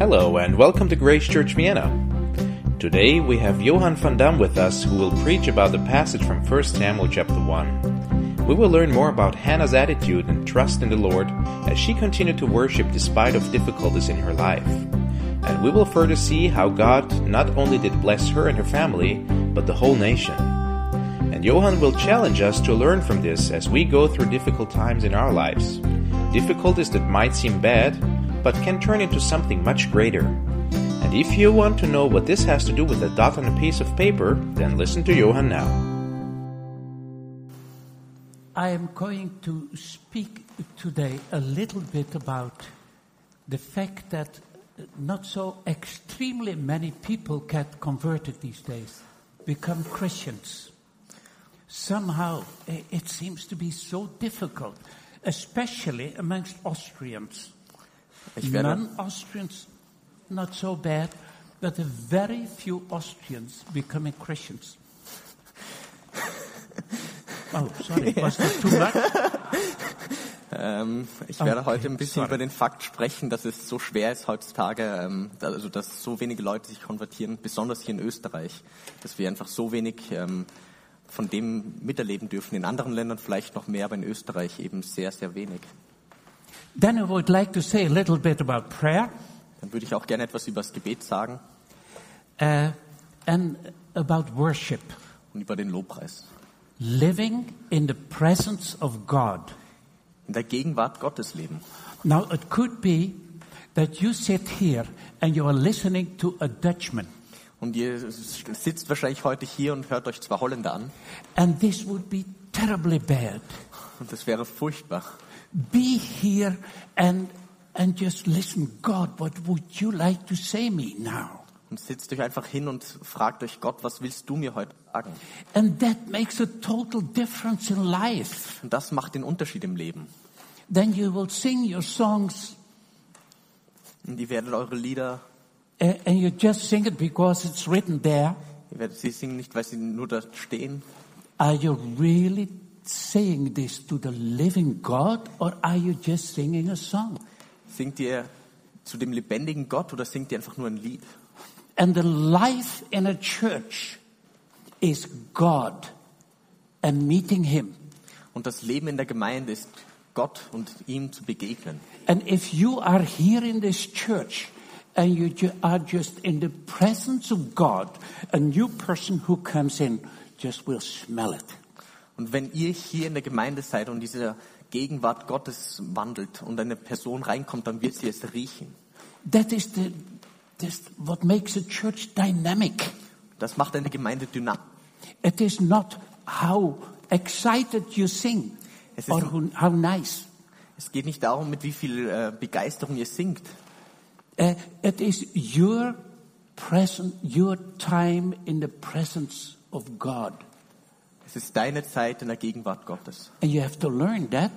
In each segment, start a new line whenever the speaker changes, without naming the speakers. Hello and welcome to Grace Church Vienna. Today we have Johann van Dam with us who will preach about the passage from 1 Samuel chapter 1. We will learn more about Hannah's attitude and trust in the Lord as she continued to worship despite of difficulties in her life. And we will further see how God not only did bless her and her family, but the whole nation. And Johann will challenge us to learn from this as we go through difficult times in our lives. Difficulties that might seem bad, but can turn into something much greater. And if you want to know what this has to do with a dot on a piece of paper, then listen to Johann now.
I am going to speak today a little bit about the fact that not so extremely many people get converted these days, become Christians. Somehow i- it seems to be so difficult, especially amongst Austrians.
Ich werde-
Non Austrians, not so bad, but a very few Austrians becoming Christians. Oh, sorry, was that too much?
Ähm, ich werde
Okay,
heute ein bisschen
sorry.
über den Fakt sprechen, dass es so schwer ist heutzutage, ähm, da- also dass so wenige Leute sich konvertieren, besonders hier in Österreich, dass wir einfach so wenig ähm, von dem miterleben dürfen. In anderen Ländern vielleicht noch mehr, aber in Österreich eben sehr, sehr wenig.
Then I would like to say a little bit about prayer
Dann würde ich auch gerne etwas über das Gebet sagen
uh, and about worship,
und über den Lobpreis.
living in the presence of God.
In der Gegenwart Gottes leben.
Now, it could be that you sit here and you are listening to a Dutchman,
Und ihr sitzt wahrscheinlich heute hier und hört euch zwar Holländer an,
and this would be terribly bad.
und das wäre furchtbar.
Be here and and just listen, God, what would you like to say me now?
Und sitzt euch einfach hin und fragt euch, Gott, was willst du mir heute sagen?
And that makes a total difference in life.
Und das macht den Unterschied im Leben.
Then you will sing your songs
Und ihr werdet eure Lieder,
Uh, and you just sing it because it's written there.
ihr werdet sie singen, nicht weil sie nur da stehen.
Are you really saying this to the living God or are you just singing a song?
Singt ihr zu dem lebendigen Gott oder singt ihr einfach nur ein Lied?
And the life in a church is God and meeting Him.
Und das Leben in der Gemeinde ist Gott und ihm zu begegnen.
And if you are here in this church and you ju- are just in the presence of God, a new person who comes in just will smell it.
Und wenn ihr hier in der Gemeinde seid und diese Gegenwart Gottes wandelt und eine Person reinkommt, dann wird sie es riechen.
That is the, that's what makes a church dynamic.
Das macht eine Gemeinde dynamisch.
It is not how excited you sing
Es ist-
or who, how nice.
Es geht nicht darum, mit wie viel äh, Begeisterung ihr singt.
Uh, it is your present, your time in the presence of God.
Es ist deine Zeit in der Gegenwart Gottes.
And you have to learn that.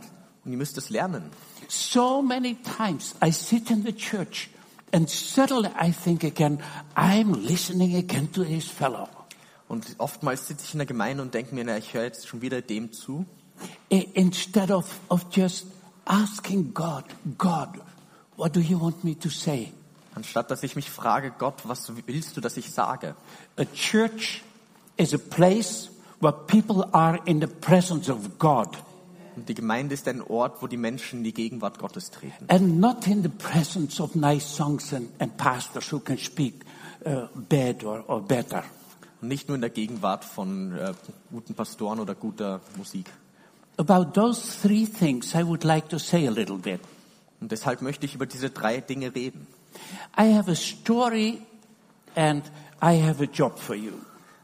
Und ihr müsst es lernen.
So many times I sit in the church and suddenly I think again, I'm listening again to this fellow.
Und oftmals sitze ich in der Gemeinde und denke mir, na, ich höre jetzt schon wieder dem zu,
I- instead of, of just asking God, God, what do you want me to say?
anstatt dass ich mich frage, Gott, was willst du, dass ich sage?
A church is a place where people are in the presence of God
Und die Gemeinde ist ein Ort, wo die Menschen in die Gegenwart Gottes treten.
and not in the presence of nice songs and, and pastors who can speak uh, bad or, or better.
Und nicht nur in der Gegenwart von äh, guten Pastoren oder guter Musik.
About those three things, I would like to say a little bit.
Und deshalb möchte ich über diese drei Dinge reden.
I have a story and I have a job for you.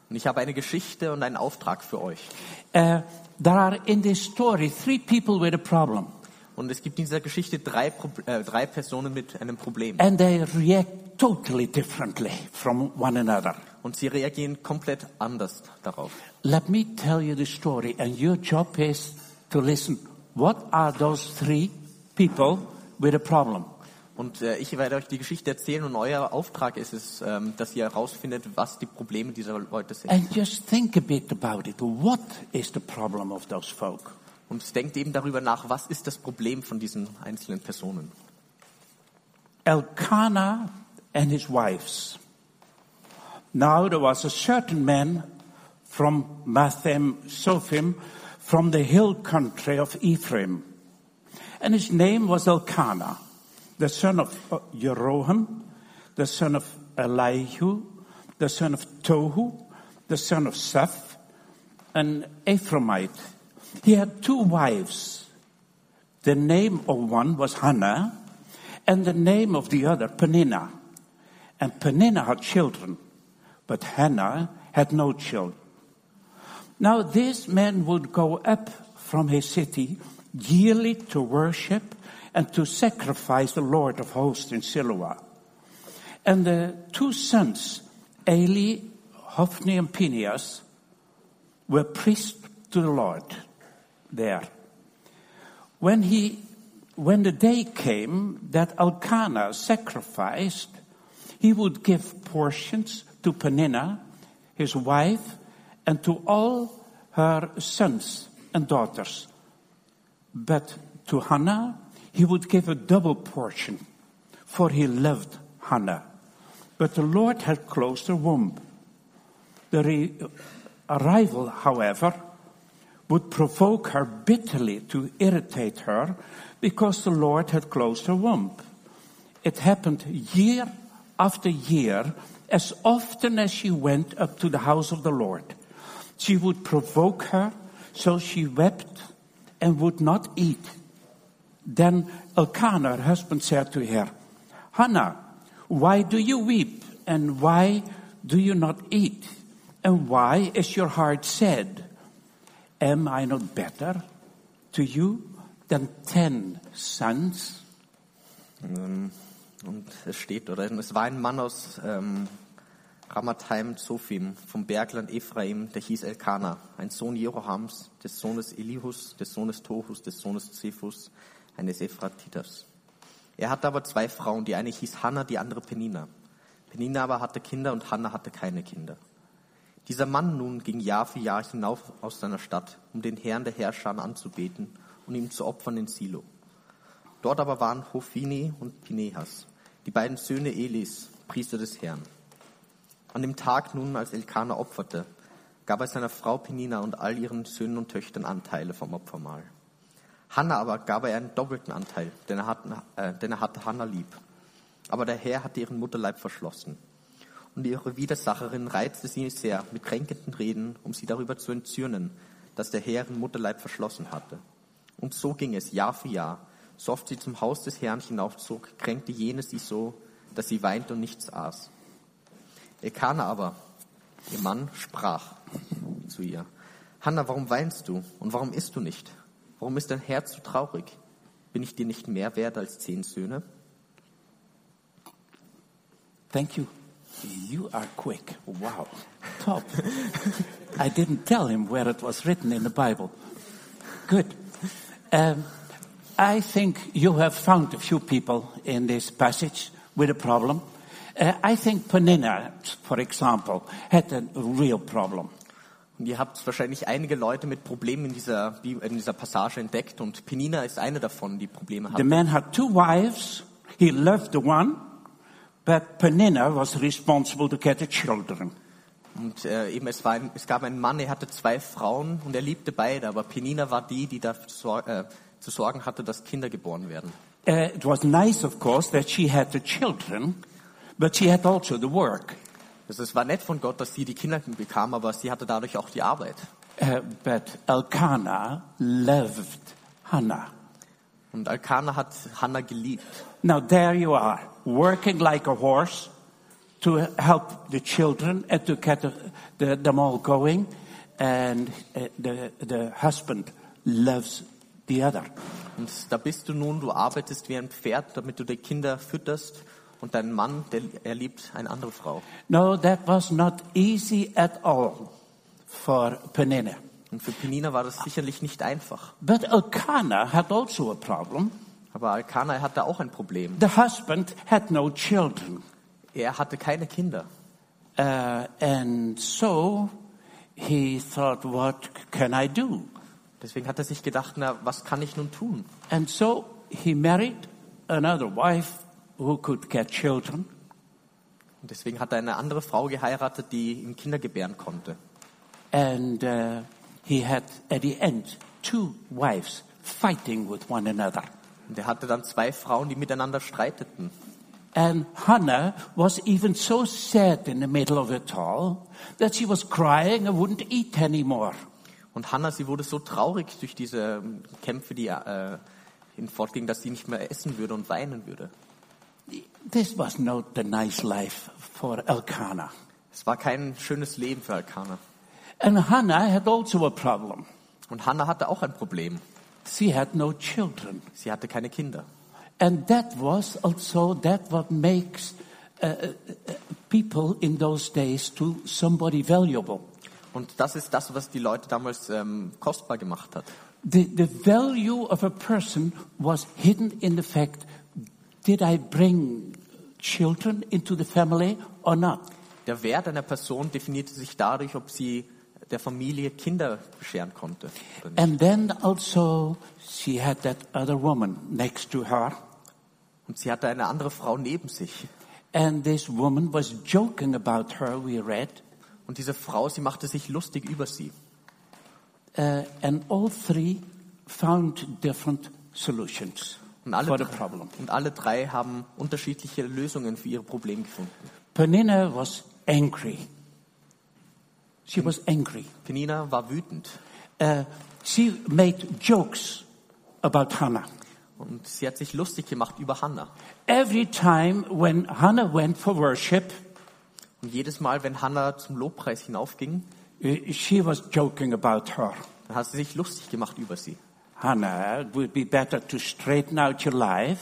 Und ich habe eine Geschichte und einen Auftrag für euch.
Uh, there are in this story three people with a problem
Und es gibt in dieser Geschichte drei, Pro äh, drei Personen mit einem Problem.
and they react totally differently from one another.
Und sie reagieren komplett anders darauf.
Let me tell you the story, and your job is to listen. What are those three people with a problem?
Und äh, ich werde euch die Geschichte erzählen und euer Auftrag ist es, ähm, dass ihr herausfindet, was die Probleme dieser Leute sind.
And just think a bit about it. What is the problem of those folk?
Und denkt eben darüber nach, was ist das Problem von diesen einzelnen Personen.
Elkanah and his wives. Now there was a certain man from Mathem Sophim, from the hill country of Ephraim, and his name was Elkanah, the son of Jeroham, the son of Elihu, the son of Tohu, the son of Seth, an Ephraimite. He had two wives. The name of one was Hannah, and the name of the other Peninnah. And Peninnah had children, but Hannah had no children. Now this man would go up from his city yearly to worship and to sacrifice the Lord of hosts in Siloah. And the two sons, Eli, Hophni, and Phinehas, were priests to the Lord there. When he, when the day came that Elkanah sacrificed, he would give portions to Peninnah, his wife, and to all her sons and daughters. But to Hannah, he would give a double portion, for he loved Hannah. But the Lord had closed her womb. The re- arrival, however, would provoke her bitterly to irritate her because the Lord had closed her womb. It happened year after year, as often as she went up to the house of the Lord. She would provoke her, so she wept and would not eat. Then Elkanah, her husband, said to her, Hannah, why do you weep? And why do you not eat? And why is your heart sad? Am I not better to you than ten sons?
Ähm, Und es steht, oder es war ein Mann aus ähm, Ramathaim Zophim vom Bergland Ephraim, der hieß Elkanah, ein Sohn Jerohams, des Sohnes Elihus, des Sohnes Tohus, des Sohnes Zephus, eines Ephratitas. Er hatte aber zwei Frauen, die eine hieß Hannah, die andere Penina. Penina aber hatte Kinder und Hannah hatte keine Kinder. Dieser Mann nun ging Jahr für Jahr hinauf aus seiner Stadt, um den Herrn der Herrscher anzubeten und ihm zu opfern in Silo. Dort aber waren Hophini und Pinehas, die beiden Söhne Elis, Priester des Herrn. An dem Tag nun, als Elkanah opferte, gab er seiner Frau Penina und all ihren Söhnen und Töchtern Anteile vom Opfermahl. Hannah aber gab er einen doppelten Anteil, denn er, hatte, äh, denn er hatte Hannah lieb. Aber der Herr hatte ihren Mutterleib verschlossen. Und ihre Widersacherin reizte sie sehr mit kränkenden Reden, um sie darüber zu entzürnen, dass der Herr ihren Mutterleib verschlossen hatte. Und so ging es Jahr für Jahr. So oft sie zum Haus des Herrn hinaufzog, kränkte jene sie so, dass sie weinte und nichts aß. Elkanah aber, ihr Mann, sprach zu ihr, Hanna, warum weinst du und warum isst du nicht? Warum ist dein Herz so traurig? Bin ich dir nicht mehr wert als zehn Söhne?
Thank you. You are quick. Wow. Top. I didn't tell him where it was written in the Bible. Good. Um, I think you have found a few people in this passage with a problem. Uh, I think Penina, for example, had a real problem.
Und ihr habt wahrscheinlich einige Leute mit Problemen in dieser, Bi- in dieser Passage entdeckt und Penina ist eine davon, die Probleme
The
hat.
man had two wives. He loved the one, but Penina was responsible to get the children.
Und äh, eben es, war ein, es gab einen Mann, er hatte zwei Frauen und er liebte beide, aber Penina war die, die dafür sor- äh, zu sorgen hatte, dass Kinder geboren werden.
Uh, it was nice, of course, that she had the children, but she had also the work.
Also es war nett von Gott, dass sie die Kinder bekam, aber sie hatte dadurch auch die Arbeit.
Uh, but Elkanah loved Hannah.
Und Alkana hat Hannah geliebt.
Now there you are, working like a horse to help the children and to get the, the, them all going, and uh, the, the husband loves the other.
Und da bist du nun, du arbeitest wie ein Pferd, damit du die Kinder fütterst. Und dein Mann, der, er liebt eine andere Frau.
No, that was not easy at all for Penina.
Und für Penina war das sicherlich nicht einfach.
But Elkanah had also a problem.
Aber Alkana, er hatte auch ein Problem.
The husband had no children.
Er hatte keine Kinder.
Uh, and so he thought, what can I do?
Deswegen hat er sich gedacht, na, was kann ich nun tun?
And so he married another wife who could get children.
Und deswegen hat er eine andere Frau geheiratet, die ihm Kinder gebären konnte.
And uh, he had, at the end, two wives fighting with one another.
Und er hatte dann zwei Frauen, die miteinander streiteten.
And Hannah was even so sad in the middle of it all that she was crying and wouldn't eat anymore.
Und Hannah, sie wurde so traurig durch diese ähm, Kämpfe, die äh, in fortgingen, dass sie nicht mehr essen würde und weinen würde.
This was not the nice life for Elkanah.
Es war kein schönes Leben für Elkanah.
And Hannah had also a problem.
Und Hannah hatte auch ein Problem.
She had no children.
Sie hatte keine Kinder.
And that was also that what makes uh, uh, uh, people in those days to somebody valuable.
Und das ist das, was die Leute damals ähm, kostbar gemacht hat.
The, the value of a person was hidden in the fact, did I bring children into the family or not?
Der Wert einer Person definierte sich dadurch, ob sie der Familie Kinder bescheren konnte. Oder nicht.
And then also she had that other woman next to her.
Und sie hatte eine andere Frau neben sich.
And this woman was joking about her, we read.
Und diese Frau, sie machte sich lustig über sie.
Uh, and all three found different solutions
Und alle,
for the
drei-
problem.
und alle drei haben unterschiedliche Lösungen für ihr Problem gefunden.
Penina was angry. She was angry.
Penina war wütend
Uh, she made jokes about Hannah.
und sie hat sich lustig gemacht über Hannah.
Every time when Hannah went for worship,
Und jedes Mal, wenn Hannah zum Lobpreis hinaufging,
uh, she was joking about her.
dann hat sie sich lustig gemacht über sie.
Hannah, it would be better to straighten out your life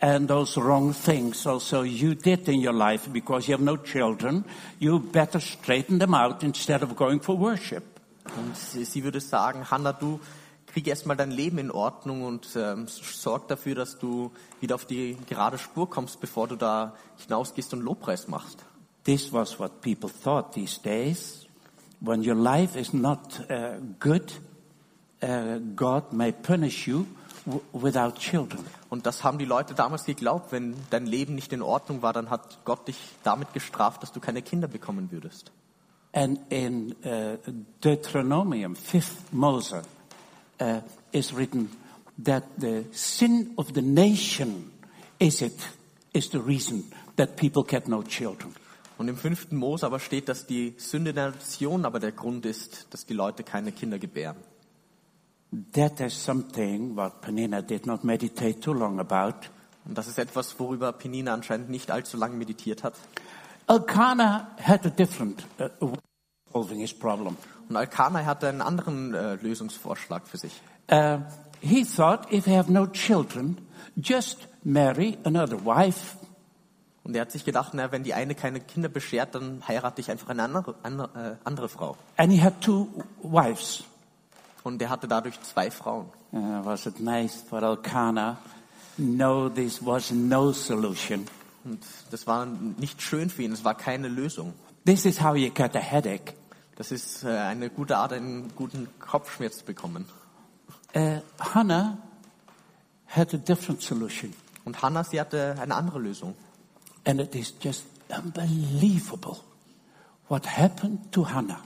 and those wrong things also you did in your life because you have no children. You better straighten them out instead of going for worship.
Und sie, sie würde sagen, Hannah, du krieg erstmal dein Leben in Ordnung und ähm, sorg dafür, dass du wieder auf die gerade Spur kommst, bevor du da hinausgehst und Lobpreis machst.
This was what people thought these days. When your life is not uh, good, uh, God may punish you w- without children.
Und das haben die Leute damals geglaubt, wenn dein Leben nicht in Ordnung war, dann hat Gott dich damit gestraft, dass du keine Kinder bekommen würdest.
And in uh, Deuteronomium, fifth Moses, uh, is written that the sin of the nation is it is the reason that people get no children.
Und im fünften Mose aber steht, dass die Sünde der Nation aber der Grund ist, dass die Leute keine Kinder gebären.
That is something what Penina did not meditate too long about.
Und das ist etwas, worüber Penina anscheinend nicht allzu lange meditiert hat.
Elkanah had a different uh, way of solving his problem.
Und Alkana hatte einen anderen äh, Lösungsvorschlag für sich.
Uh, he thought, if I have no children, just marry another wife.
Und er hat sich gedacht, na, wenn die eine keine Kinder beschert, dann heirate ich einfach eine andere, andere, äh, andere Frau.
And he had two wives.
Und er hatte dadurch zwei Frauen.
Uh, was it nice for Elkanah? No, this was no solution.
Und das war nicht schön für ihn, es war keine Lösung.
This is how you get a headache.
Das ist äh, eine gute Art, einen guten Kopfschmerz zu bekommen.
Uh, Hannah had a different solution.
Und Hannah, sie hatte eine andere Lösung.
And it is just unbelievable what happened to Hannah.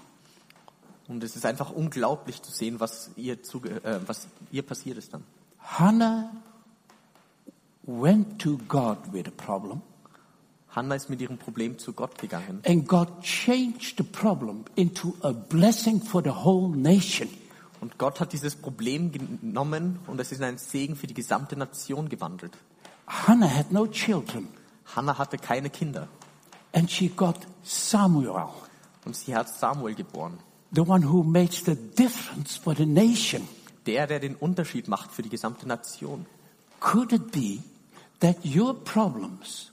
Und es ist einfach unglaublich zu sehen, was ihr, zuge äh, was ihr passiert ist dann.
Hannah went to God with a problem,
Hannah ist mit ihrem Problem zu Gott gegangen.
and God changed the problem into a blessing for the whole nation.
Und Gott hat dieses Problem genommen und es ist in einen Segen für die gesamte Nation gewandelt.
Hannah had no children,
Hannah hatte keine Kinder
and she got Samuel,
und sie hat Samuel geboren.
the one who makes the difference for the nation.
Der, der den Unterschied macht für die gesamte Nation.
Could it be that your problems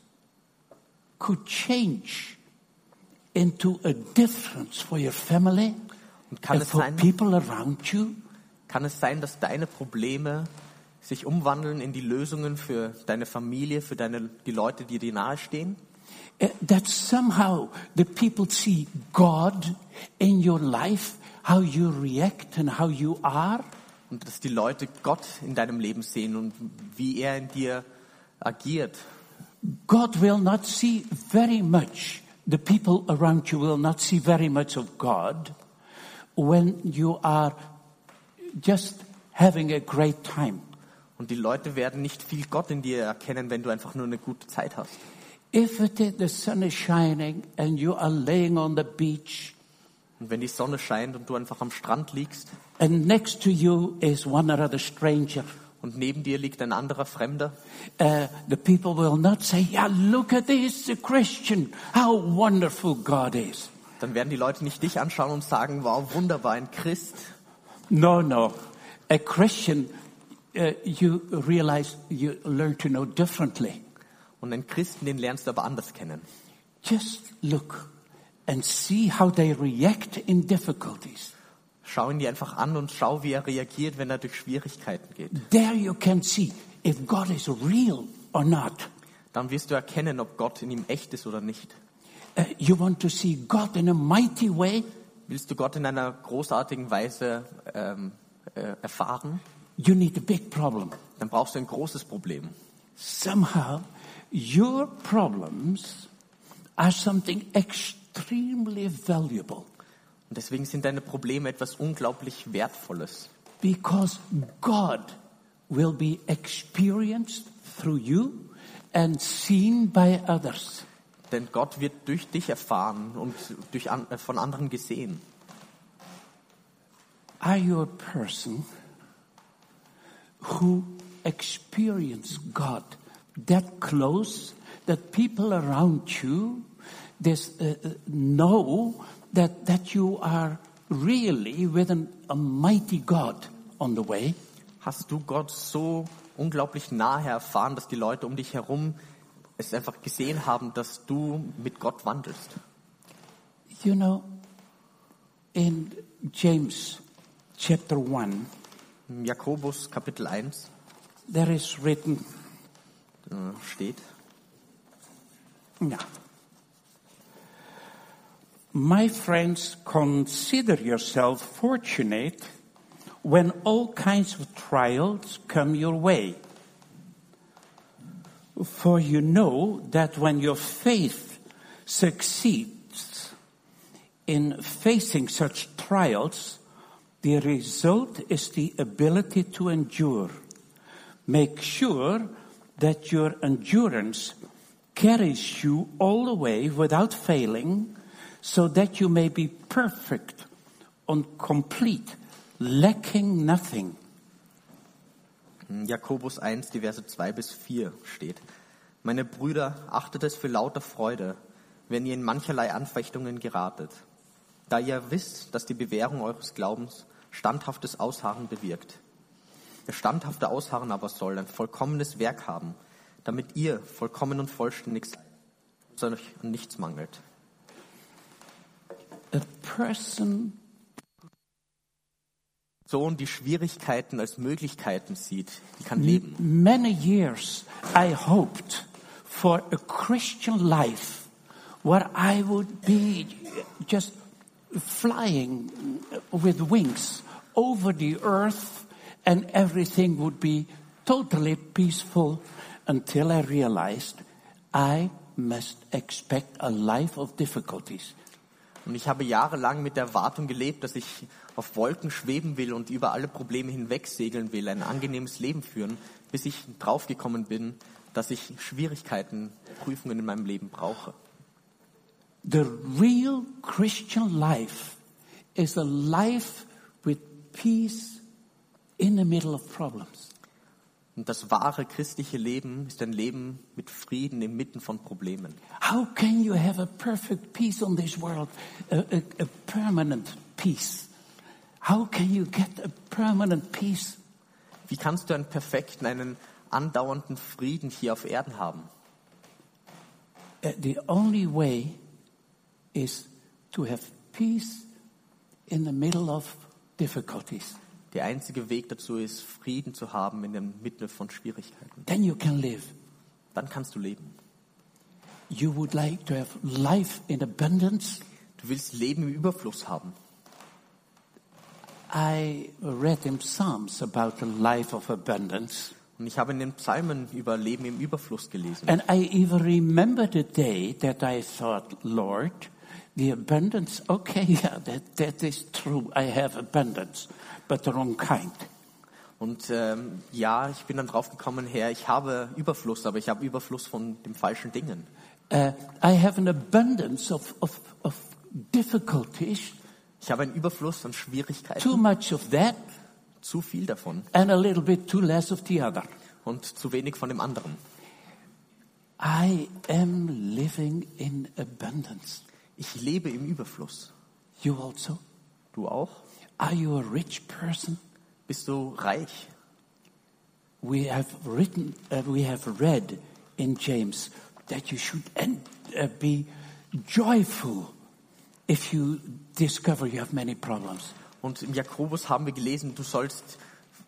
could change into a difference for your family
Und kann
and
es,
for
sein,
people around you?
kann es sein, dass deine Probleme sich umwandeln in die Lösungen für deine Familie, für deine, die Leute, die dir nahestehen?
Uh, that somehow the people see God in your life, how you react and how you are.
Und dass die Leute Gott in deinem Leben sehen und wie er in dir agiert.
God will not see very much, the people around you will not see very much of God when you are just having a great time.
Und die Leute werden nicht viel Gott in dir erkennen, wenn du einfach nur eine gute Zeit hast.
If it is, the sun is shining and you are laying on the beach
Und wenn die Sonne scheint und du einfach am Strand liegst
and next to you is one or other stranger,
und neben dir liegt ein anderer Fremder,
uh, the people will not say, yeah, look at this, a Christian, how wonderful God is.
dann werden die Leute nicht dich anschauen und sagen, wow, wunderbar, ein Christ.
No, no. A Christian, uh, you realize you learn to know differently.
Und einen Christen, den lernst du aber anders kennen.
Just look and see how they react in difficulties.
Schau ihn dir einfach an und schau, wie er reagiert, wenn er durch Schwierigkeiten geht.
There you can see if God is real or not.
Dann wirst du erkennen, ob Gott in ihm echt ist oder nicht.
Uh, you want to see God in a mighty way?
Willst du Gott in einer großartigen Weise ähm, äh, erfahren,
You need a big problem.
dann brauchst du ein großes Problem.
Somehow, your problems are something extremely valuable
Und deswegen sind deine Probleme etwas unglaublich Wertvolles,
because God will be experienced through you and seen by others.
denn Gott wird durch dich erfahren und durch an, äh, von anderen gesehen.
Are you a person who experience God that close that people around you this, uh, uh, know that, that you are really with an, a mighty God on the way?
Hast du Gott so unglaublich nahe erfahren, dass die Leute um dich herum es einfach gesehen haben, dass du mit Gott wandelst?
You know, in James chapter 1,
Im Jakobus Kapitel 1
there is written,
äh, steht,
Yeah. My friends, consider yourself fortunate when all kinds of trials come your way. For you know that when your faith succeeds in facing such trials, the result is the ability to endure. Make sure that your endurance carries you all the way without failing, so that you may be perfect and complete, lacking nothing.
In Jakobus 1, die Verse 2 bis 4 steht. Meine Brüder, achtet es für lauter Freude, wenn ihr in mancherlei Anfechtungen geratet, da ihr wisst, dass die Bewährung eures Glaubens standhaftes Ausharren bewirkt. Das standhafte Ausharren aber soll ein vollkommenes Werk haben, damit ihr vollkommen und vollständig seid, dass euch an nichts mangelt.
A person
So und die Schwierigkeiten als Möglichkeiten sieht, die kann leben.
Many years I hoped for a Christian life where I would be just flying with wings over the earth and everything would be totally peaceful until I realized I must expect a life of difficulties.
Und ich habe jahrelang mit der Erwartung gelebt, dass ich auf Wolken schweben will und über alle Probleme hinwegsegeln will, ein angenehmes Leben führen, bis ich draufgekommen bin, dass ich Schwierigkeiten, Prüfungen in meinem Leben brauche.
The real Christian life is a life with peace in the middle of problems.
Und das wahre christliche Leben ist ein Leben mit Frieden inmitten von Problemen.
How can you have a perfect peace on this world, a, a, a permanent peace? How can you get a permanent peace?
Wie kannst du einen perfekten, einen andauernden Frieden hier auf Erden haben?
Uh, the only way is to have peace in the middle of difficulties.
Der einzige Weg dazu ist, Frieden zu haben in der Mitte von Schwierigkeiten.
Then you can live.
Dann kannst du leben.
You would like to have life in abundance.
Du willst Leben im Überfluss haben.
I read in Psalms about the life of abundance.
Und Und ich habe in den Psalmen über Leben im Überfluss gelesen.
And I even remember the day that I thought, Lord, the abundance, okay, yeah, that, that is true. I have abundance, but the wrong kind.
Und ähm, ja, ich bin dann draufgekommen, Herr, ich habe Überfluss, aber ich habe Überfluss von den falschen Dingen.
Uh, I have an abundance of, of, of difficulties,
Ich habe einen Überfluss an Schwierigkeiten,
too much of that
zu viel davon
and a little bit too less of the other.
und zu wenig von dem anderen.
I am living in abundance.
Ich lebe im Überfluss.
You also?
Du auch?
Are you a rich person?
Bist du reich?
We have written, uh, we have read in James that you should en- uh, be joyful if you discover you have many problems.
Und im Jakobus haben wir gelesen, du sollst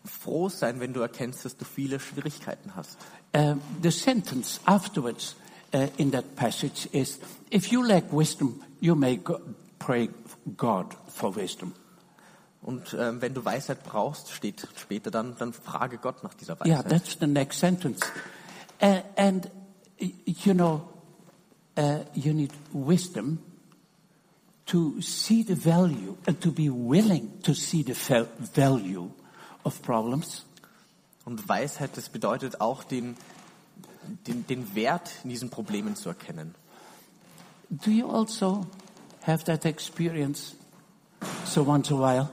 froh sein, wenn du erkennst, dass du viele Schwierigkeiten hast.
Uh, the sentence afterwards uh, in that passage is, "If you lack wisdom, you may go- pray God for wisdom."
Und ähm, wenn du Weisheit brauchst, steht später dann, dann frage Gott nach dieser
Yeah,
Weisheit.
that's the next sentence. Uh, and y- you know, uh, you need wisdom to see the value and to be willing to see the val- value of problems.
Und Weisheit, das bedeutet auch den, den, den Wert in diesen Problemen zu erkennen.
Do you also have that experience? So once a while,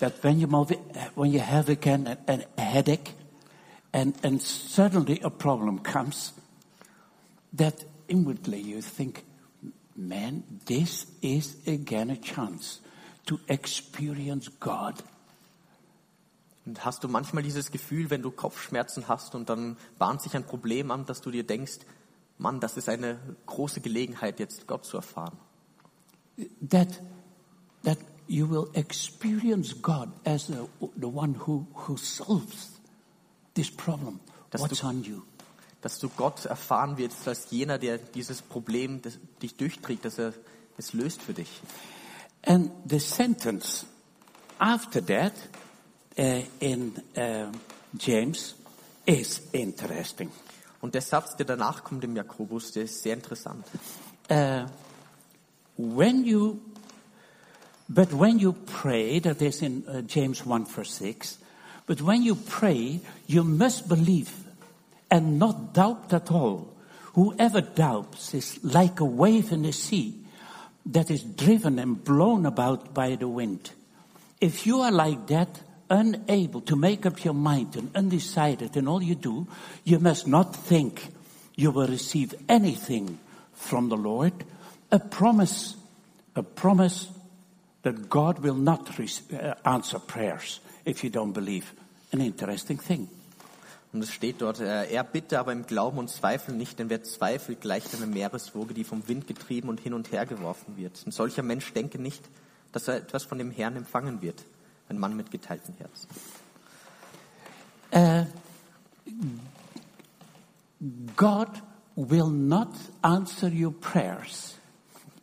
that when you move, when you have again a, a headache, and and suddenly a problem comes, that inwardly you think, man, this is again a chance to experience God.
Und hast du manchmal dieses Gefühl, wenn du Kopfschmerzen hast und dann bahnt sich ein Problem an, dass du dir denkst, Mann, das ist eine große Gelegenheit, jetzt Gott zu erfahren.
that that you will experience God as the, the one who, who solves this problem.
Dass
What's
du-
on you?
Dass du Gott erfahren wirst als jener, der dieses Problem, das dich durchträgt, dass er es löst für dich.
And the sentence after that uh, in um James is interesting.
Und der Satz, der danach kommt im Jakobus, der ist sehr interessant.
When you, but when you pray, that is in uh, James 1 verse 6, but when you pray, you must believe and not doubt at all. Whoever doubts is like a wave in the sea that is driven and blown about by the wind. If you are like that, unable to make up your mind and undecided in all you do, you must not think you will receive anything from the Lord. A promise, a promise that God will not re- uh, answer prayers if you don't believe. An interesting thing.
Und es steht dort, äh, er bitte aber im Glauben und Zweifel nicht, denn wer zweifelt, gleicht einer Meereswoge, die vom Wind getrieben und hin und her geworfen wird. Ein solcher Mensch denke nicht, dass er etwas von dem Herrn empfangen wird. Ein Mann mit geteiltem Herzen.
God will not answer your prayers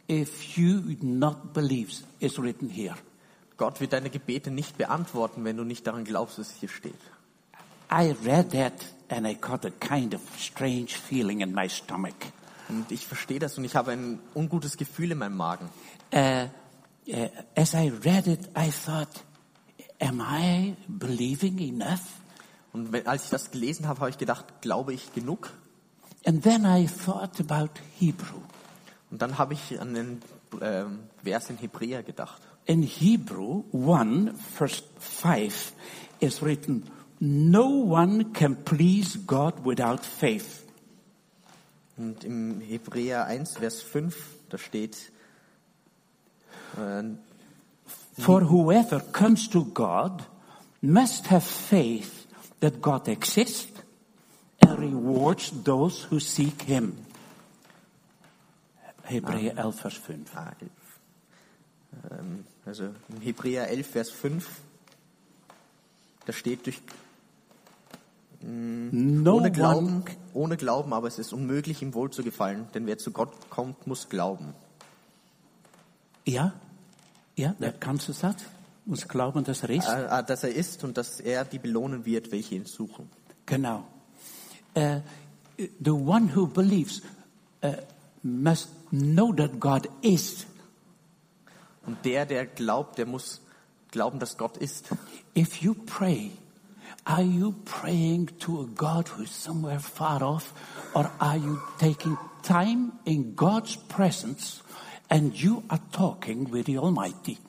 if you not believes is written here.
Gott wird deine Gebete nicht beantworten, wenn du nicht daran glaubst, dass es hier steht.
I read that and I got a kind of strange feeling in my stomach.
Und ich verstehe das und ich habe ein ungutes Gefühl in meinem Magen.
Uh, as I read it, I thought, am I believing enough?
Und wenn, als ich das gelesen habe, habe ich gedacht, glaube ich genug?
And then I thought about Hebrew.
Und dann habe ich an den ähm, Vers in Hebräer gedacht.
In Hebrew 1, verse 5, is written, No one can please God without faith.
Und im Hebräer 1, Vers 5, da steht,
For whoever comes to God must have faith that God exists and rewards those who seek him. Hebreeën 11 vers 5.
ah, elf. ähm, also im Hebräer 11, Vers 5, da steht durch,
No
ohne
one,
Glauben, ohne Glauben, aber es ist unmöglich, ihm wohl zu gefallen, denn wer zu Gott kommt, muss glauben.
ja, ja, dat ganze Satz. Muss glauben, dass er ist.
eh, Ah, ah, dass er ist und dass er die belohnen wird, welche ihn suchen.
Genau. Äh, the one who believes äh, must know that God is.
Und der, der glaubt, der muss glauben, dass Gott ist.
If you pray, are you praying to a God who is somewhere far off, or are you taking time in God's presence and you are talking with the Almighty?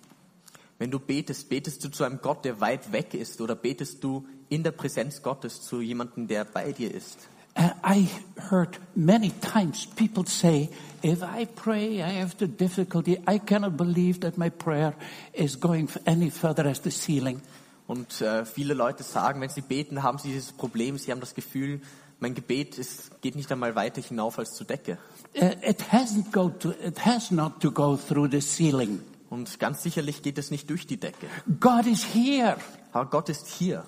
Wenn du betest, betest du zu einem Gott, der weit weg ist, oder betest du in der Präsenz Gottes zu jemandem, der bei dir ist?
Uh, I heard many times people say, if I pray, I have the difficulty, I cannot believe that my prayer is going f- any further as the ceiling.
Und äh, viele Leute sagen, wenn sie beten, haben sie dieses Problem, sie haben das Gefühl, mein Gebet ist, geht nicht einmal weiter hinauf als zur Decke.
Uh, it hasn't go to, it has not to go through the ceiling.
Und ganz sicherlich geht es nicht durch die Decke.
God is here
Aber Gott ist hier.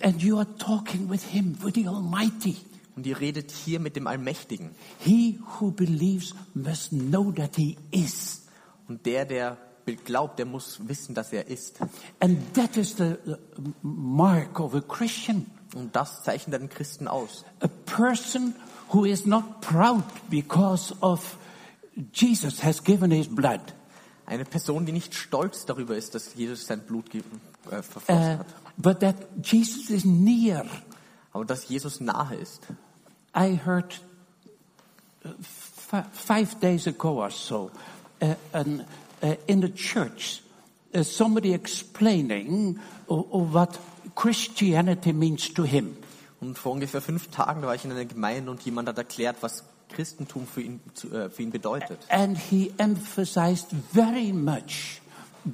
and you are talking with Him, with the Almighty.
Und ihr redet hier mit dem Allmächtigen.
He who believes must know that He is.
Und der, der glaubt, der muss wissen, dass er ist.
And that is the uh, m- mark of a Christian.
Und das zeichnet einen Christen aus.
a person who is not proud because of Jesus has given his blood.
Eine Person, die nicht stolz darüber ist, dass Jesus sein Blut ge- äh, verflossen
Uh,
hat.
but that Jesus is near.
Aber dass Jesus nahe ist.
I heard uh, fi- five days ago or so uh, an, uh, in the church uh, somebody explaining uh, uh, what Christianity means to him.
Und vor ungefähr fünf Tagen war ich in einer Gemeinde und jemand hat erklärt, was Christentum für ihn, zu- äh, für ihn bedeutet.
And he emphasized very much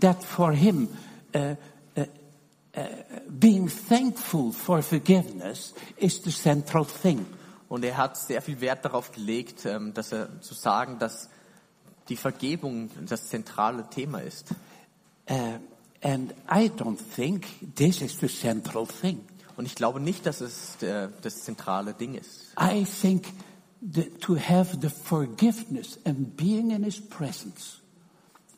that for him, uh, uh, uh, being thankful for forgiveness is the central thing.
Und er hat sehr viel Wert darauf gelegt, ähm, dass er zu sagen, dass die Vergebung das zentrale Thema ist.
Uh, and I don't think this is the central thing.
Und ich glaube nicht, dass es äh, das zentrale Ding ist.
I think that to have the forgiveness and being in his presence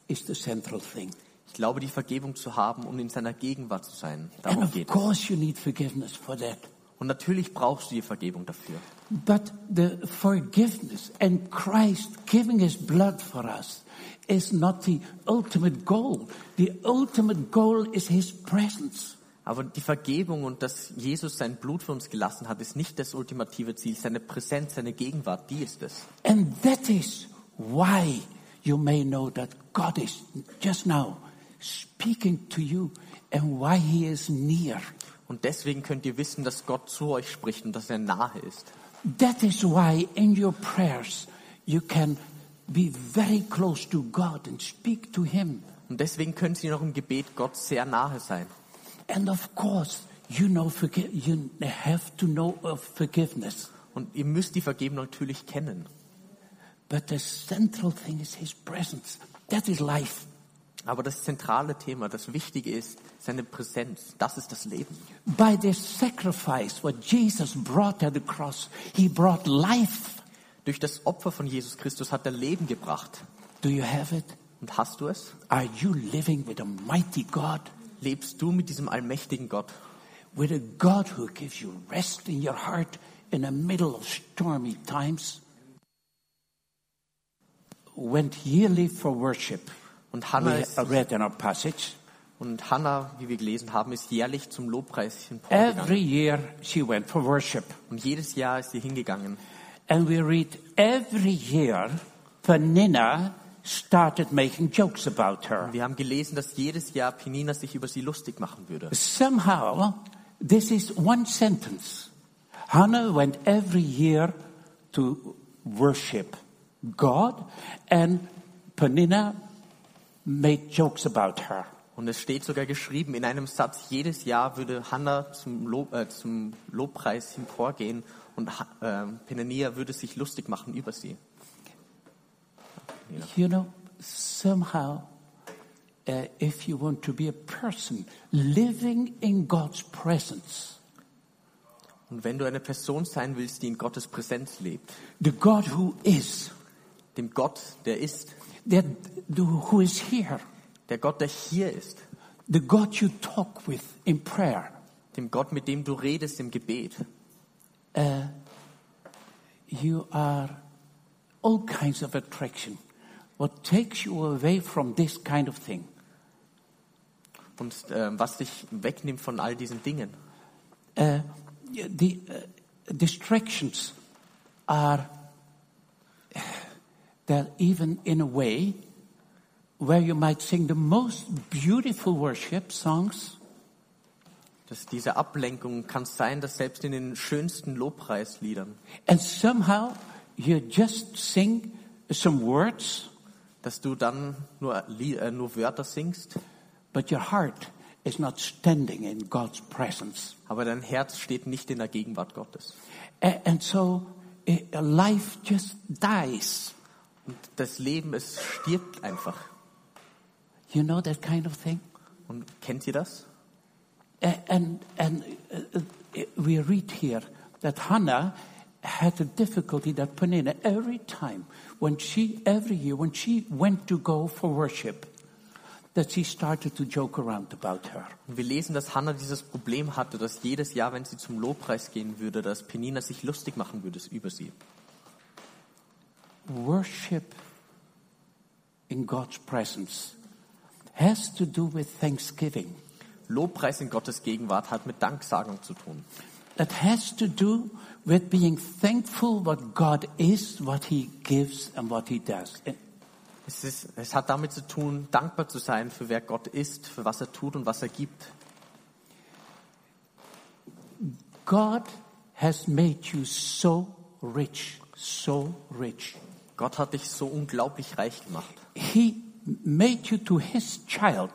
is the central thing.
Ich glaube, die Vergebung zu haben und in seiner Gegenwart zu sein,
And
darum
of
geht es.
course you need forgiveness for that.
Und natürlich brauchst du die Vergebung dafür.
But the forgiveness and Christ giving his blood for us is not the ultimate goal. The ultimate goal is his presence.
Aber die Vergebung und dass Jesus sein Blut für uns gelassen hat, ist nicht das ultimative Ziel. Seine Präsenz, seine Gegenwart, die ist es.
And that is why you may know that God is just now speaking to you and why he is near.
Und deswegen könnt ihr wissen, dass Gott zu euch spricht und dass er nahe ist.
That is why in your prayers you can be very close to God and speak to him.
Und deswegen könnt ihr noch im Gebet Gott sehr nahe sein.
And of course, you know, forgi- you have to know of forgiveness.
Und ihr müsst die Vergebung natürlich kennen.
But the central thing is His presence. That is life.
Aber das zentrale Thema, das Wichtige ist seine Präsenz. Das ist das Leben.
By this sacrifice, what Jesus brought at the cross, He brought life.
Durch das Opfer von Jesus Christus hat er Leben gebracht.
Do you have it?
Und hast du es?
Are you living with a mighty God?
Lebst du mit diesem allmächtigen Gott?
With a God who gives you rest in your heart in the middle of stormy times? Went yearly for worship.
Und
We
Hannah, ist,
read in our passage.
und Hannah, wie wir gelesen haben, ist jährlich zum Lobpreis in Paul
Every
gegangen.
year she went for worship.
Und jedes Jahr ist sie hingegangen.
And we read every year Vanina started making jokes about her.
Wir haben gelesen, dass jedes Jahr Penina sich über sie lustig machen würde.
Somehow, this is one sentence. Hannah went every year to worship God, and Panina made jokes about her.
Und es steht sogar geschrieben in einem Satz, jedes Jahr würde Hannah zum, Lob, äh, zum Lobpreis emporgehen und Ha- ähm, Penania würde sich lustig machen über sie.
You know, somehow, uh, if you want to be a person living in God's presence,
Und wenn du eine Person sein willst, die in Gottes Präsenz lebt,
the God who is,
dem Gott, der ist,
that the, who is here,
der Gott, der hier ist,
the God you talk with in prayer,
dem Gott, mit dem du redest im Gebet,
you are all kinds of attraction. What takes you away from this kind of thing?
Und ähm, was dich wegnimmt von all diesen Dingen.
Uh, the uh, distractions are they're even in a way where you might sing the most beautiful worship songs
Dass diese Ablenkung kann sein, dass selbst in den schönsten Lobpreisliedern,
and somehow you just sing some words
dass du dann nur, Lie- äh, nur Wörter singst,
but your heart is not standing in God's presence.
aber dein Herz steht nicht in der Gegenwart Gottes.
A- and so eh, life just dies.
Und das Leben, es stirbt einfach.
You know that kind of thing?
Und kennt ihr das?
Uh, and and uh, uh, we read here that Hannah had a difficulty that Penina every time when she every year when she went to go for worship that she started to joke around about her.
Und wir lesen, dass Hannah dieses Problem hatte, dass jedes Jahr, wenn sie zum Lobpreis gehen würde, dass Penina sich lustig machen würde über sie.
Worship in God's presence has to do with thanksgiving.
Lobpreis in Gottes Gegenwart hat mit Danksagung zu tun.
That has to do with being thankful what God is, what He gives, and what He does.
Es, ist, es hat damit zu tun, dankbar zu sein für wer Gott ist, für was er tut und was er gibt.
God has made you so rich, so rich.
Gott hat dich so unglaublich reich gemacht.
He made you to His child.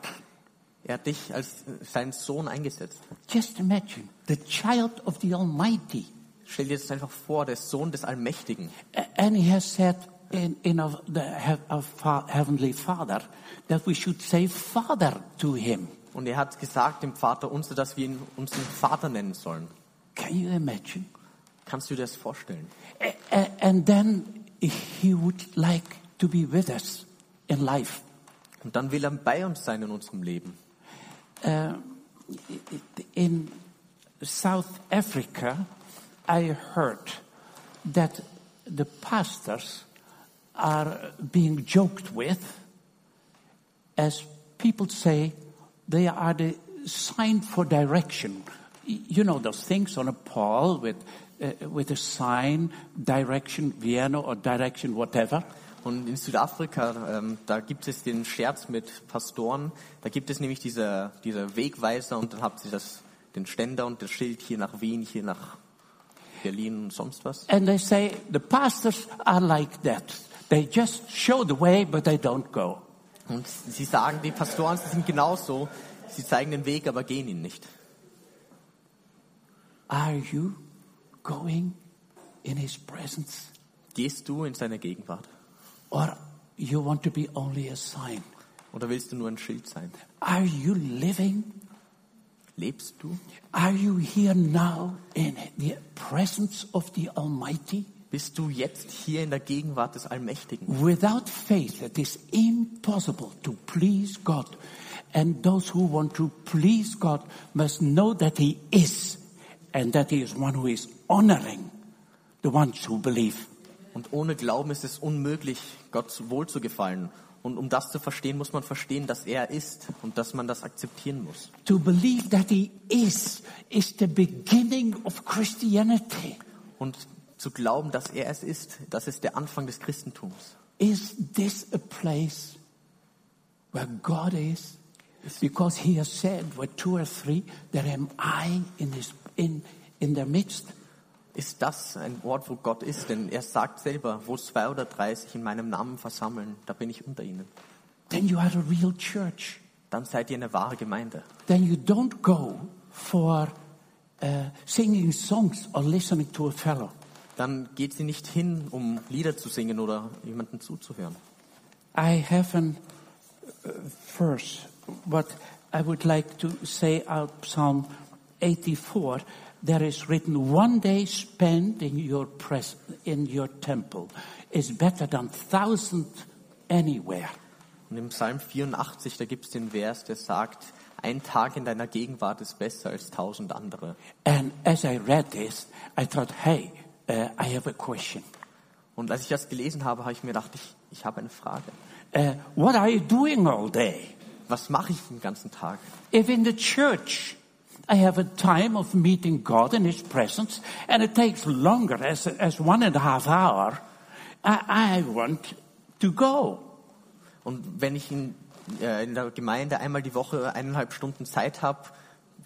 Er hat dich als äh, seinen Sohn eingesetzt.
Just imagine the child of the Almighty.
Stell dir das einfach vor, der Sohn des Allmächtigen.
A- And He has said in, in our, the, hea- our fa- Heavenly Father that we should say Father to Him.
Und er hat gesagt dem Vater unser, dass wir ihn unseren Vater nennen sollen.
Can you imagine?
Kannst du dir das vorstellen?
A- a- And then He would like to be with us in life.
Und dann will er bei uns sein in unserem Leben.
in South Africa, I heard that the pastors are being joked with as people say they are the sign for direction. Y- You know those things on a pole with, uh, with a sign, direction Vienna or direction whatever.
Und in Südafrika, ähm, da gibt es den Scherz mit Pastoren. Da gibt es nämlich dieser, dieser Wegweiser und dann habt ihr das, den Ständer und das Schild hier nach Wien, hier nach Berlin und sonst was.
And they say the pastors are like that. They just show the way, but they don't go.
Und sie sagen, die Pastoren sie sind genauso. Sie zeigen den Weg, aber gehen ihn nicht.
Are you going in his presence?
Gehst du in seine Gegenwart?
Or you want to be only a sign?
Oder willst du nur ein Schild sein?
Are you living?
Lebst du?
Are you here now in the presence of the Almighty?
Bist du jetzt hier in der Gegenwart des Allmächtigen?
Without faith, it is impossible to please God. And those who want to please God must know that He is, and that He is one who is honoring the ones who believe.
Und ohne Glauben ist es unmöglich, Gott wohlzugefallen. Und um das zu verstehen, muss man verstehen, dass er ist und dass man das akzeptieren muss.
To believe that He is is the beginning of Christianity.
Und zu glauben, dass er es ist, das ist der Anfang des Christentums.
Is this a place where God is? Because He has said, "Where two or three, there am I in His in in their midst."
Ist das ein Ort, wo Gott ist? Denn er sagt selber, wo zwei oder drei sich in meinem Namen versammeln, da bin ich unter ihnen.
Then you are a real church.
Dann seid ihr eine wahre Gemeinde.
Then you don't go for uh, singing songs or listening to a fellow.
Dann geht sie nicht hin, um Lieder zu singen oder jemandem zuzuhören.
I have a verse, what I would like to say out Psalm 84. There is written, one day spent in your pres- in your temple is better than thousand anywhere.
Und im Psalm 84, da gibt es den Vers, der sagt, Ein Tag in deiner Gegenwart ist besser als tausend andere.
And as I read this, I thought, hey, uh, I have a question.
Und als ich das gelesen habe, habe ich mir gedacht, ich, ich habe eine Frage.
Uh, what are you doing all day?
Was mache ich den ganzen Tag?
If in the church I have a time of meeting God in His presence, and it takes longer as, as one and a half hour, I, I want to go.
Und wenn ich in, äh, in der Gemeinde einmal die Woche eineinhalb Stunden Zeit habe,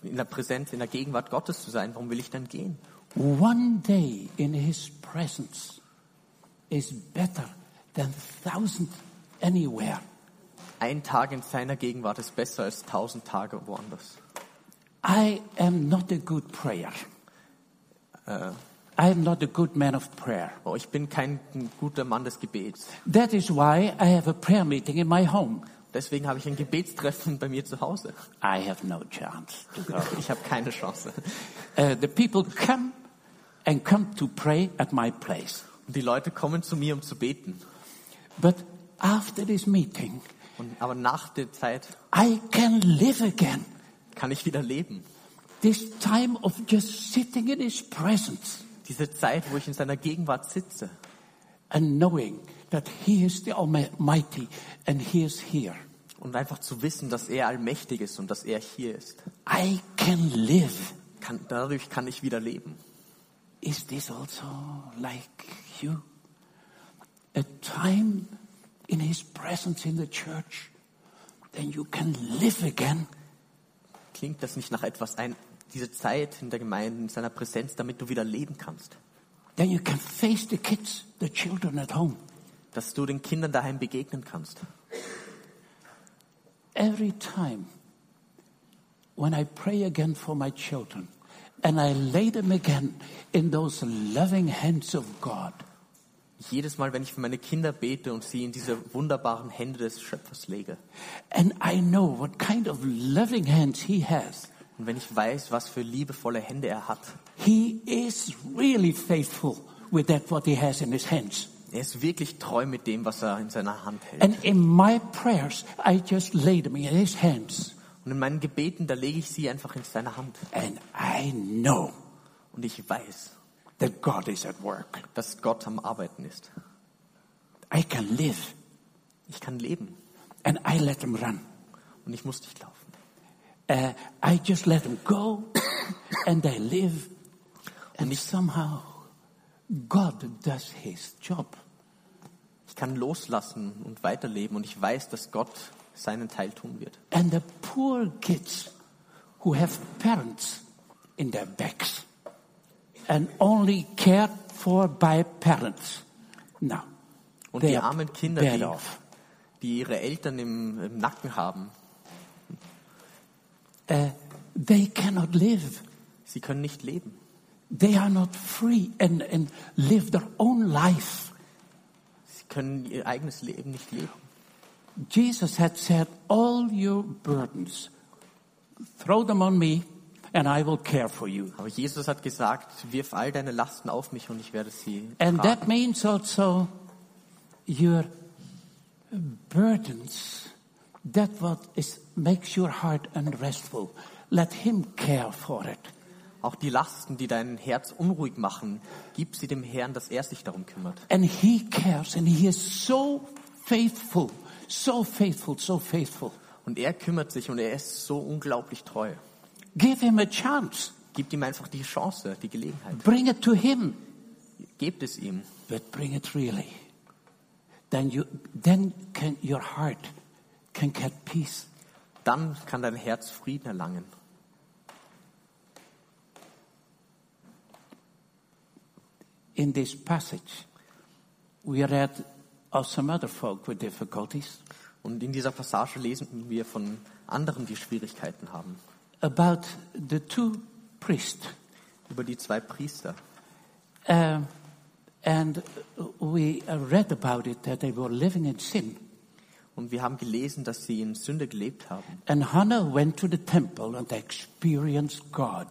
in der Präsenz, in der Gegenwart Gottes zu sein, warum will ich dann gehen?
One day in His presence is better than thousand anywhere.
Ein Tag in seiner Gegenwart ist besser als tausend Tage woanders.
I am not a good prayer. I am not a good man of prayer.
Oh, ich bin kein guter Mann des Gebets.
That is why I have a prayer meeting in my home.
Deswegen habe ich ein Gebetstreffen bei mir zu Hause.
I have no chance to go.
Ich habe keine Chance.
Uh, the people come and come to pray at my place.
Und die Leute kommen zu mir, um zu beten.
But after this meeting,
Und, aber nach der Zeit
I can live again.
kann ich wieder leben.
This time of just sitting in His presence
Diese Zeit, wo ich in seiner Gegenwart sitze
and knowing that He is the Almighty and He is here.
und einfach zu wissen, dass er allmächtig ist und dass er hier ist.
I can live.
Kann, dadurch kann ich wieder leben.
Is this also like you? A time in His presence in the church, then you can live again.
Klingt das nicht nach etwas ein? Diese Zeit in der Gemeinde, in seiner Präsenz, damit du wieder leben kannst.
Then you can face the kids, the children at home.
Dass du den Kindern daheim begegnen kannst.
Every time when I pray again for my children and I lay them again in those loving hands of God,
Jedes Mal, wenn ich für meine Kinder bete und sie in diese wunderbaren Hände des Schöpfers lege.
and I know what kind of loving hands He has,
Und wenn ich weiß, was für liebevolle Hände er hat.
He is really faithful with that what He has in His hands.
Er ist wirklich treu mit dem, was er in seiner Hand hält.
And in my prayers, I just lay them in His hands,
Und in meinen Gebeten, da lege ich sie einfach in seine Hand.
and I know
Und ich weiß,
that God is at work.
dass Gott am Arbeiten ist.
I can live,
Ich kann leben
and I let them run.
und ich muss nicht laufen.
Uh, I just let them go, and they live, and somehow God does His job.
Ich kann loslassen und weiterleben und ich weiß, dass Gott seinen Teil tun wird.
And the poor kids who have parents in their backs and only cared for by parents. Now,
Und
they
die
are
armen Kinder,
bad
die,
off.
die ihre Eltern im, im Nacken haben,
Uh, They cannot live.
sie können nicht leben.
They are not free and, and live their own life.
Sie können ihr eigenes Leben nicht leben.
Jesus had said, All your burdens, throw them on me, and I will care for you.
Aber Jesus hat gesagt, wirf all deine Lasten auf mich und ich werde sie
And that
tragen.
means also your burdens, that what is, makes your heart unrestful. Let Him care for it.
Auch die Lasten, die dein Herz unruhig machen, gib sie dem Herrn, dass er sich darum kümmert.
And He cares, and He is so faithful, so faithful, so faithful.
Und er kümmert sich und er ist so unglaublich treu.
Give Him a chance,
Gebt ihm einfach die Chance, die Gelegenheit.
bring it to Him.
Gebt es ihm.
but bring it really. Then you, then can your heart can get peace.
Dann kann dein Herz Frieden erlangen.
In this passage, we read of some other folk with difficulties
Und in dieser Passage lesen wir von anderen, die Schwierigkeiten haben.
about the two priests,
Über die zwei Priester.
Um, and we read about it that they were living in sin.
Und wir haben gelesen, dass sie in Sünde gelebt haben.
And Hannah went to the temple and experienced God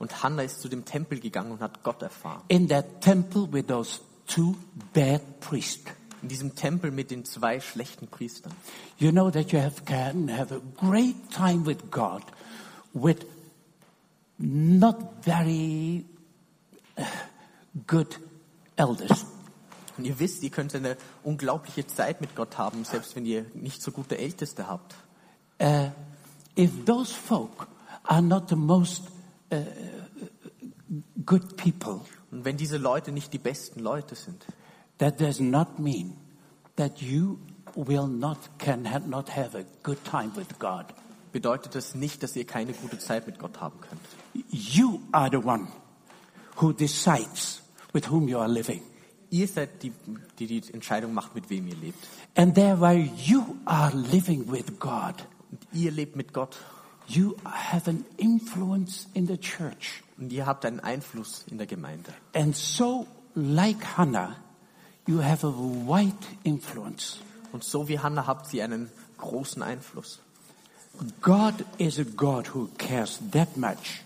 Und Hannah ist zu dem Tempel gegangen und hat Gott erfahren.
in that temple with those two bad priests.
in diesem Tempel mit den zwei schlechten Priestern.
You know that you have, can have a great time with God with not very uh, good elders.
Und ihr wisst, ihr könnt eine unglaubliche Zeit mit Gott haben, selbst wenn ihr nicht so gute Älteste habt.
If those folk are not the most uh, good people,
Und wenn diese Leute nicht die besten Leute sind,
that does not mean that you will not can ha- not have a good time with God.
bedeutet das nicht, dass ihr keine gute Zeit mit Gott haben könnt.
You are the one who decides with whom you are living.
Ihr seid die, die die Entscheidung macht, mit wem ihr lebt.
And there where you are living with God,
Und ihr lebt mit Gott.
you have an influence in the church.
Und ihr habt einen Einfluss in der Gemeinde.
And so, like Hannah, you have a wide influence.
Und so wie Hannah habt ihr einen großen Einfluss.
God is a God who cares that much.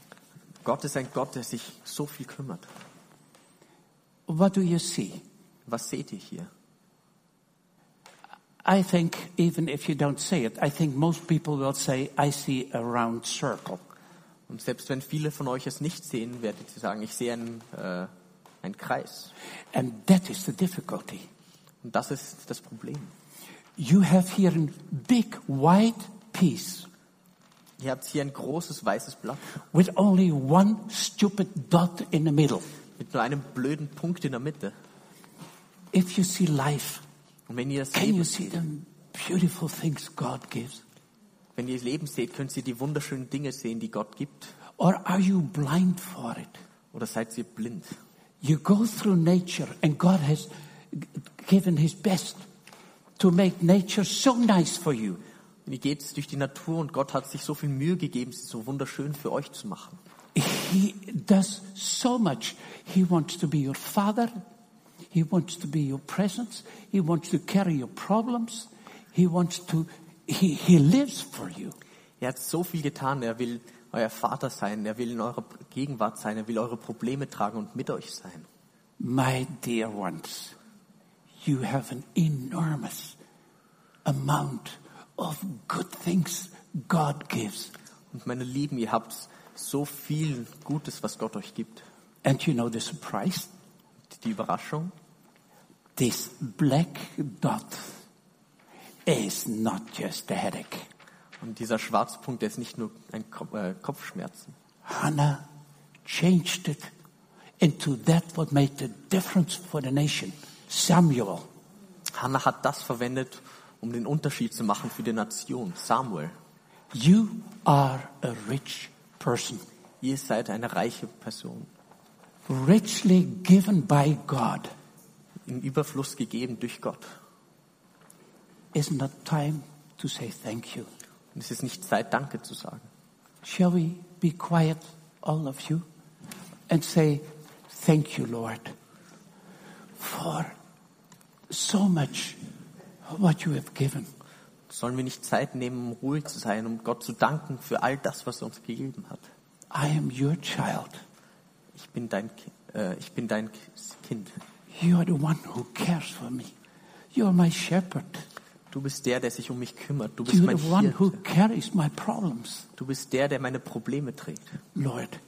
Gott ist ein Gott, der sich so viel kümmert.
What do you see?
Was seht ihr hier?
I think, even if you don't say it, I think most people will say, I see a round circle.
Und selbst wenn viele von euch es nicht sehen, werdet ihr sagen, ich sehe einen, äh, einen Kreis.
And that is the difficulty.
Und das ist das Problem.
You have here a big, wide piece
Ihr habt hier ein großes weißes Blatt
with only one stupid dot in the middle.
mit nur einem blöden Punkt in der Mitte.
If you see life,
Und wenn ihr das
can you
Leben,
see the beautiful things God gives?
wenn ihr das Leben seht, könnt ihr die wunderschönen Dinge sehen, die Gott gibt.
Or are you blind for it?
Oder seid ihr blind?
You go through nature, and God has g- given His best to make nature so nice for you.
Und ihr geht durch die Natur und Gott hat sich so viel Mühe gegeben, sie so wunderschön für euch zu machen.
He does so much. He wants to be your father. He wants to be your presence. He wants to carry your problems. He wants to, he, he lives for you.
Er hat so viel getan. Er will euer Vater sein. Er will in eurer Gegenwart sein. Er will eure Probleme tragen und mit euch sein.
My dear ones, you have an enormous amount of good things God gives.
Und meine Lieben, ihr habt so viel Gutes, was Gott euch gibt.
And you know the surprise?
Die Überraschung,
This black dot is not just a headache.
Und dieser Schwarzpunkt, der ist nicht nur ein Ko- äh, Kopfschmerzen.
Hannah changed it into that what made the difference for the nation. Samuel.
Hannah hat das verwendet, um den Unterschied zu machen für die Nation. Samuel,
You are a rich person,
ihr seid eine reiche Person,
richly given by God.
im Überfluss gegeben durch Gott.
Isn't it time to say thank you?
Und es ist nicht Zeit, Danke zu sagen.
Shall we be quiet, all of you, and say, Thank you, Lord, for so much of what you have given.
Sollen wir nicht Zeit nehmen, um ruhig zu sein, um Gott zu danken für all das, was er uns gegeben hat?
I am your child.
Ich bin dein, Ki- äh, ich bin dein Ki- Kind.
You are the one who cares for me. You are my shepherd.
Du bist der, der sich um mich kümmert. Du bist
You are
mein
the one who
Hirte.
carries my problems.
Du bist der, der meine Probleme trägt.
Lord,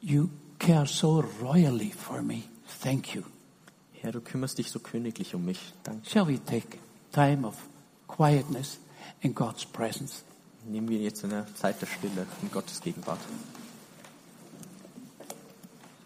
you care so royally for me. Thank you.
Herr, du kümmerst dich so königlich um mich. Danke.
Shall we take time of quietness in God's presence?
Nehmen wir jetzt eine Zeit der Stille in Gottes Gegenwart.